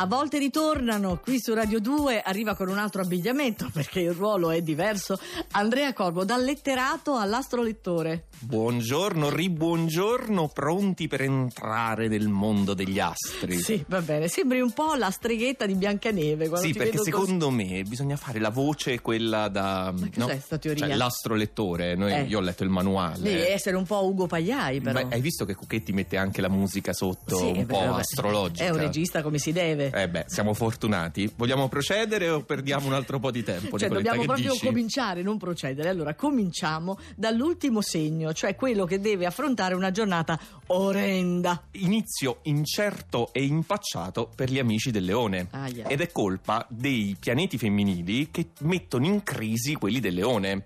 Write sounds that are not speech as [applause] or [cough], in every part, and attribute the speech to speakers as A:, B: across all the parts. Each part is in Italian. A: A volte ritornano qui su Radio 2, arriva con un altro abbigliamento [laughs] perché il ruolo è diverso. Andrea Corbo, dal letterato all'astrolettore.
B: Buongiorno, ribuongiorno, pronti per entrare nel mondo degli astri.
A: Sì, va bene, sembri un po' la streghetta di Biancaneve. Quando
B: Sì,
A: ti
B: perché
A: vedo così.
B: secondo me bisogna fare la voce quella da...
A: Ma cos'è sta teoria?
B: Cioè, l'astrolettore, noi,
A: Eh.
B: io ho letto il
A: Devi
B: manuale.
A: essere un po' Ugo Pagliai però.
B: Ma hai visto che Cucchetti mette anche la musica sotto,
A: Sì,
B: un
A: beh,
B: po'
A: vabbè.
B: astrologica?
A: È un regista come si deve.
B: Eh beh, siamo fortunati. Vogliamo procedere o perdiamo un altro po' di tempo?
A: Cioè,
B: Nicoletta?
A: dobbiamo
B: Che
A: proprio
B: dici?
A: cominciare, non procedere. Allora, cominciamo dall'ultimo segno, cioè quello che deve affrontare una giornata orrenda.
B: Inizio incerto e impacciato per gli amici del leone.
A: Aia.
B: ed è colpa dei pianeti femminili che mettono in crisi quelli del leone.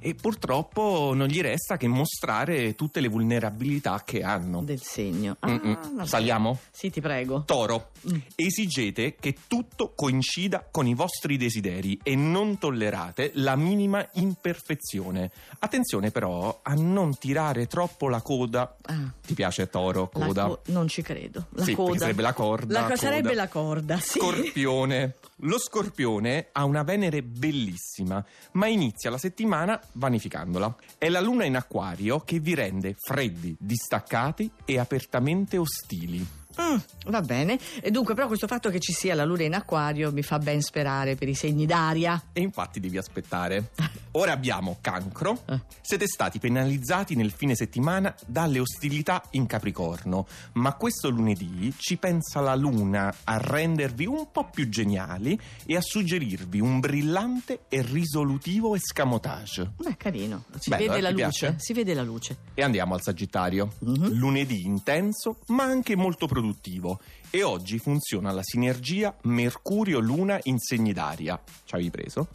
B: E purtroppo non gli resta che mostrare tutte le vulnerabilità che hanno.
A: Del segno. Ah,
B: Mm-mm.
A: vabbè.
B: Saliamo?
A: Sì, ti prego.
B: Toro,
A: Mm.
B: esigete che tutto coincida con i vostri desideri e non tollerate la minima imperfezione. Attenzione però a non tirare troppo la coda.
A: Ah,
B: Ti piace Toro,
A: la
B: coda?
A: co- non ci credo. La
B: Sì, perché
A: coda.
B: sarebbe la corda.
A: La co- sarebbe
B: coda.
A: la corda, sì.
B: Scorpione. Lo scorpione ha una Venere bellissima, ma inizia la settimana vanificandola. È la luna in acquario che vi rende freddi, distaccati e apertamente ostili.
A: Mm, va bene. E dunque, però, questo fatto che ci sia la luna in acquario mi fa ben sperare per i segni d'aria.
B: E infatti
A: [laughs]
B: devi aspettare. Ora abbiamo cancro.
A: Eh.
B: Siete stati penalizzati nel fine settimana dalle ostilità in Capricorno, ma questo lunedì ci pensa la Luna a rendervi un po' più geniali e a suggerirvi un brillante e risolutivo escamotage.
A: Beh, carino. Si
B: Bello,
A: vede
B: eh,
A: la
B: ti
A: luce.
B: piace?
A: Si vede la luce.
B: E andiamo al Sagittario.
A: Mhm.
B: Lunedì intenso, ma anche molto produttivo. E oggi funziona la sinergia Mercurio-Luna in segni d'aria. Ci avevi [laughs] preso?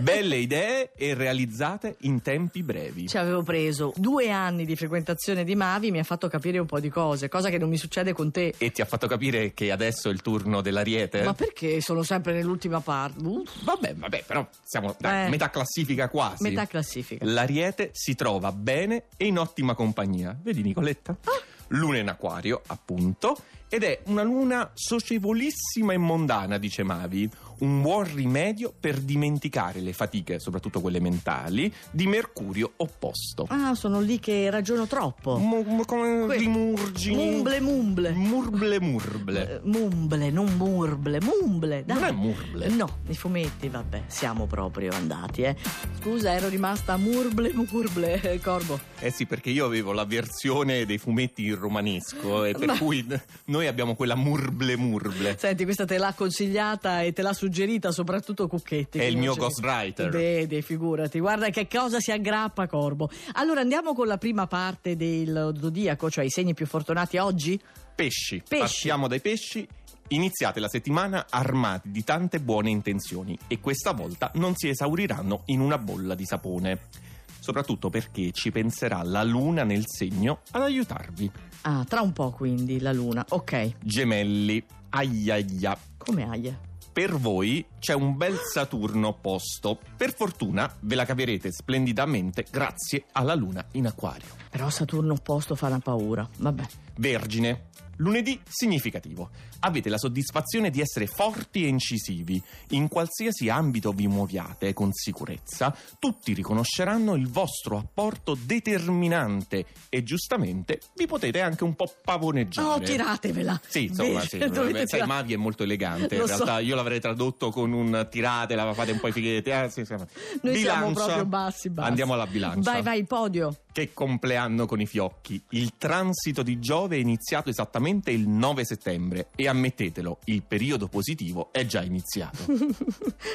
B: Belle idee e realizzate in tempi brevi.
A: Ci avevo preso due anni di frequentazione di Mavi, mi ha fatto capire un po' di cose, cosa che non mi succede con te.
B: E ti ha fatto capire che adesso è il turno dell'Ariete?
A: Ma perché sono sempre nell'ultima parte? Uff,
B: Vabbè, vabbè, però siamo dai,
A: Eh.
B: metà classifica quasi.
A: Metà classifica.
B: L'Ariete si trova bene e in ottima compagnia. Vedi Nicoletta?
A: Ah.
B: Luna in acquario, appunto, ed è una luna socievolissima e mondana, dice Mavi, un buon rimedio per dimenticare le fatiche, soprattutto quelle mentali, di Mercurio opposto.
A: Ah, sono lì che ragiono troppo.
B: Mu- mu- come
A: Que-
B: rimurgini.
A: Mumble, mumble.
B: Murble, murble.
A: Eh, Mumble, non murble, mumble. Dai.
B: Non è murble.
A: No, i fumetti, vabbè, siamo proprio andati, eh. Scusa, ero rimasta a murble, murble, eh, Corbo.
B: Eh sì, perché io avevo la versione dei fumetti in romanesco e per
A: Ma-
B: cui n- noi abbiamo quella murble murble.
A: Senti, questa te l'ha consigliata e te l'ha suggerita soprattutto Cucchetti.
B: È
A: che
B: il
A: non
B: mio
A: c'è-
B: ghostwriter.
A: Vedi, figurati, guarda che cosa si aggrappa Corbo. Allora andiamo con la prima parte del zodiaco, cioè i segni più fortunati oggi.
B: Pesci.
A: Pesci.
B: Partiamo dai pesci. Iniziate la settimana armati di tante buone intenzioni e questa volta non si esauriranno in una bolla di sapone. Soprattutto perché ci penserà la luna nel segno ad aiutarvi.
A: Ah, tra un po' quindi la luna. Ok,
B: Gemelli, aiaia,
A: come aia.
B: per voi c'è un bel Saturno opposto. Per fortuna ve la caverete splendidamente grazie alla luna in acquario.
A: Però Saturno opposto fa una paura. Vabbè.
B: Vergine. Lunedì significativo. Avete la soddisfazione di essere forti e incisivi. In qualsiasi ambito vi muoviate con sicurezza, tutti riconosceranno il vostro apporto determinante e giustamente vi potete anche un po' pavoneggiare.
A: Oh, tiratevela.
B: Sì, insomma,
A: Vedi,
B: sì.
A: dovete
B: Sai,
A: tirare.
B: Mavi è molto elegante. In
A: Lo so.
B: realtà io l'avrei tradotto con un tirate, la fate un po' i fighetti. Eh, sì, sì.
A: Noi siamo
B: Bilancia.
A: proprio bassi, bassi.
B: Andiamo alla bilancia.
A: Vai, vai, podio.
B: Che compleanno con i fiocchi. Il transito di Giove è iniziato esattamente il 9 settembre e ammettetelo, il periodo positivo è già
A: [laughs]
B: iniziato.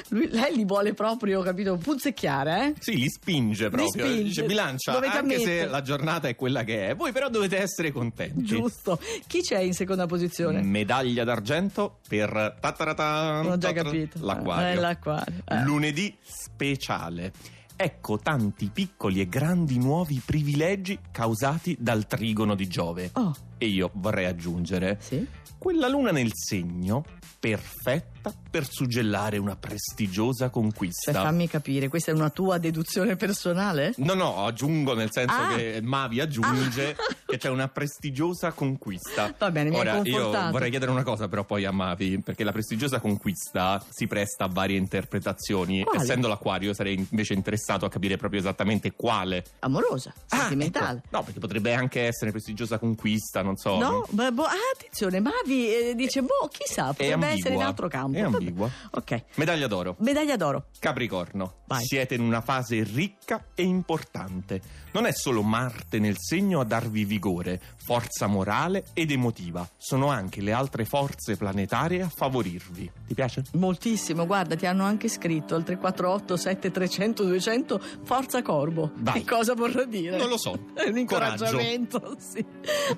A: Lui- lei li vuole proprio, capito, punzecchiare, eh?
B: Sì, li spinge proprio.
A: spinge.
B: Dice, bilancia,
A: Dovete
B: anche se
A: ammettere."
B: la giornata è quella che è, voi però dovete essere contenti.
A: Giusto. eh. Chi c'è in seconda
B: Mm,
A: posizione?
B: Medaglia d'argento per tataratan,
A: Non ho già
B: tatar-
A: capito.
B: l'acquario.
A: Eh, l'acquario. Eh.
B: Lunedì speciale. Ecco tanti piccoli e grandi nuovi privilegi causati dal trigono di Giove.
A: Oh,
B: E io vorrei aggiungere,
A: sì. Cioè,
B: quella luna nel segno perfetta per suggellare una prestigiosa conquista.
A: Cioè, fammi capire, questa è una tua deduzione personale?
B: No, no, aggiungo nel senso
A: Ah.
B: che Mavi aggiunge
A: Ah. [laughs]
B: che c'è una prestigiosa conquista.
A: Va bene, mi hai
B: Ora, io
A: confortato.
B: vorrei chiedere una cosa però poi a Mavi, perché la prestigiosa conquista si presta a varie interpretazioni.
A: Quale?
B: Essendo l'acquario sarei invece interessato a capire proprio esattamente quale.
A: Amorosa,
B: Ah,
A: sentimentale.
B: ecco. No, perché potrebbe anche essere prestigiosa conquista, non so.
A: No, Beh, boh, ah, attenzione, Mavi eh, dice, boh, chissà, potrebbe
B: ambigua.
A: essere in altro campo.
B: È
A: Vabbè.
B: ambigua.
A: Ok,
B: Medaglia d'oro.
A: medaglia d'oro.
B: Capricorno,
A: Vai.
B: siete in una fase ricca e importante. Non è solo Marte nel segno a darvi vigore, forza morale ed emotiva, sono anche le altre forze planetarie a favorirvi. Ti piace?
A: Moltissimo, guarda, ti hanno anche scritto al 348 7300 200 Forza Corbo.
B: Vai.
A: Che cosa vorrà dire?
B: Non lo so.
A: È un incoraggiamento, sì.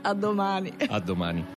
A: A domani.
B: A domani.